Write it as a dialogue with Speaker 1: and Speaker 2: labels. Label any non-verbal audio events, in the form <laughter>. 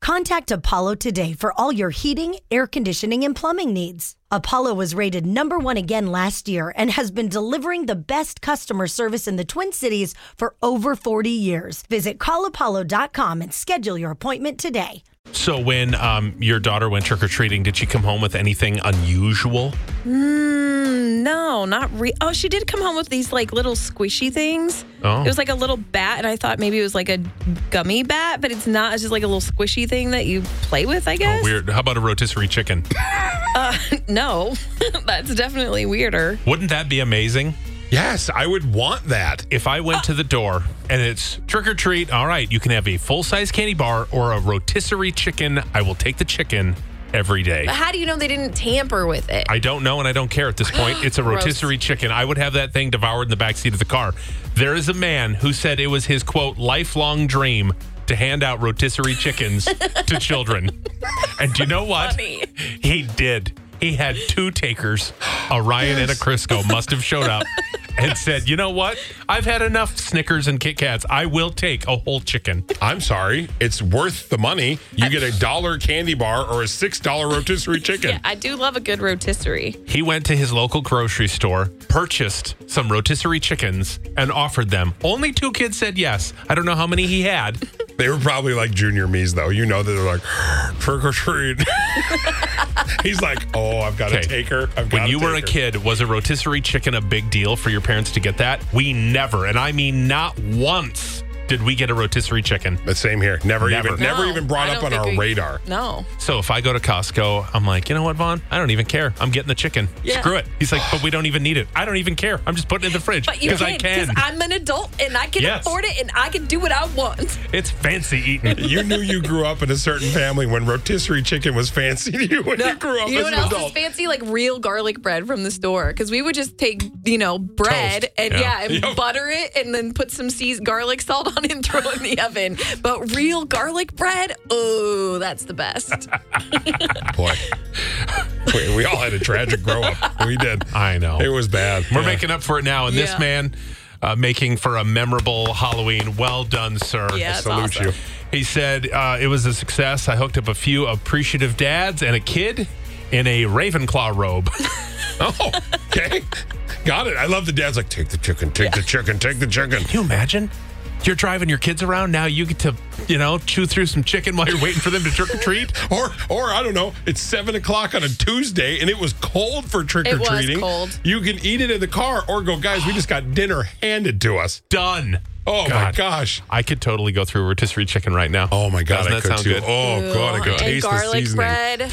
Speaker 1: Contact Apollo today for all your heating, air conditioning, and plumbing needs. Apollo was rated number one again last year and has been delivering the best customer service in the Twin Cities for over 40 years. Visit callapollo.com and schedule your appointment today.
Speaker 2: So when um, your daughter went trick or treating, did she come home with anything unusual?
Speaker 3: Mm, no, not re. Oh, she did come home with these like little squishy things.
Speaker 2: Oh.
Speaker 3: It was like a little bat, and I thought maybe it was like a gummy bat, but it's not. It's just like a little squishy thing that you play with, I guess.
Speaker 2: Oh, Weird. How about a rotisserie chicken?
Speaker 3: <laughs> No, <laughs> that's definitely weirder.
Speaker 2: Wouldn't that be amazing?
Speaker 4: Yes, I would want that.
Speaker 2: If I went to the door and it's trick or treat, all right, you can have a full size candy bar or a rotisserie chicken. I will take the chicken every day.
Speaker 3: But how do you know they didn't tamper with it?
Speaker 2: I don't know and I don't care at this
Speaker 3: <gasps>
Speaker 2: point. It's a
Speaker 3: Gross.
Speaker 2: rotisserie chicken. I would have that thing devoured in the backseat of the car. There is a man who said it was his quote lifelong dream to hand out rotisserie chickens
Speaker 3: <laughs>
Speaker 2: to children. And do you know what?
Speaker 3: Funny.
Speaker 2: He did. He had two takers, a Ryan and a Crisco, must have showed up and said, You know what? I've had enough Snickers and Kit Kats. I will take a whole chicken.
Speaker 4: I'm sorry, it's worth the money.
Speaker 2: <laughs>
Speaker 4: You get a dollar candy bar or a six dollar rotisserie chicken.
Speaker 3: yeah, I do love a good rotisserie.
Speaker 2: He went to his local grocery store, purchased some rotisserie chickens, and offered them. Only two kids said yes. I don't know how many he had.
Speaker 4: They were probably like junior me's though. You know that they're like <gasps> trick or treat. <laughs> He's like, oh, I've got to
Speaker 2: Okay.
Speaker 4: take her. I've
Speaker 2: When
Speaker 4: gotta
Speaker 2: you were a
Speaker 4: take her."
Speaker 2: kid, was a rotisserie chicken a big deal for your parents to get that? We never, and I mean not once, did we get a rotisserie chicken.
Speaker 4: But same here. Never,
Speaker 2: Never.
Speaker 4: even never
Speaker 3: No,
Speaker 4: even brought
Speaker 3: I
Speaker 4: up
Speaker 3: don't
Speaker 4: on
Speaker 3: think
Speaker 4: our
Speaker 3: we-
Speaker 4: radar.
Speaker 3: No.
Speaker 2: So if I go to Costco, I'm like, you know what, Vaughn? I don't even care. I'm getting the chicken.
Speaker 3: Yeah.
Speaker 2: Screw it. He's like, but we don't even need it. I don't even care. I'm just putting it in the fridge
Speaker 3: But you
Speaker 2: because I
Speaker 3: did,
Speaker 2: can.
Speaker 3: I'm an adult and I can
Speaker 2: Yes.
Speaker 3: afford it and I can do what I want.
Speaker 2: it's fancy
Speaker 3: <laughs>
Speaker 2: eating.
Speaker 4: You knew you grew up in a certain family when rotisserie chicken was fancy to you when Oh, you grew up
Speaker 3: You know
Speaker 4: as
Speaker 3: what
Speaker 4: an
Speaker 3: else
Speaker 4: adult.
Speaker 3: is fancy? Like real garlic bread from the store. Because we would just take, you know, bread
Speaker 2: Toast.
Speaker 3: and
Speaker 2: Yeah.
Speaker 3: yeah, and butter it and then put some seas- garlic salt on it and throw it in the oven. But real garlic bread, oh, that's the best.
Speaker 4: Boy, we, we all had a tragic grow up. We did.
Speaker 2: I know.
Speaker 4: It was bad.
Speaker 2: We're
Speaker 4: Yeah.
Speaker 2: making up for it now, and this
Speaker 3: Yeah.
Speaker 2: man uh, making for a memorable Halloween. Well done, sir.
Speaker 3: Yeah, it's
Speaker 4: salute
Speaker 3: awesome.
Speaker 4: you.
Speaker 2: He said uh, it was a success. I hooked up a few appreciative dads and a kid in a Ravenclaw robe. <laughs>
Speaker 4: Oh, <laughs> okay. Got it. I love the dad's like, take the chicken, take the chicken, take the chicken.
Speaker 2: Can you imagine? You're driving your kids around now. You get to, you know, chew through some chicken while you're waiting for them to trick or treat.
Speaker 4: Or, or I don't know. It's seven o'clock on a Tuesday, and it was cold for trick or
Speaker 3: It was
Speaker 4: treating.
Speaker 3: cold.
Speaker 4: You can eat it in the car, or go, guys. We just got dinner handed to us.
Speaker 2: Done.
Speaker 4: Oh my
Speaker 2: God.
Speaker 4: gosh.
Speaker 2: I could totally go through rotisserie chicken right now.
Speaker 4: Oh my god.
Speaker 2: Doesn't
Speaker 4: I
Speaker 2: that
Speaker 4: could
Speaker 2: sound
Speaker 4: too.
Speaker 2: good?
Speaker 4: Oh god. I could
Speaker 3: and
Speaker 4: taste the
Speaker 3: garlic
Speaker 4: seasoning.
Speaker 3: bread.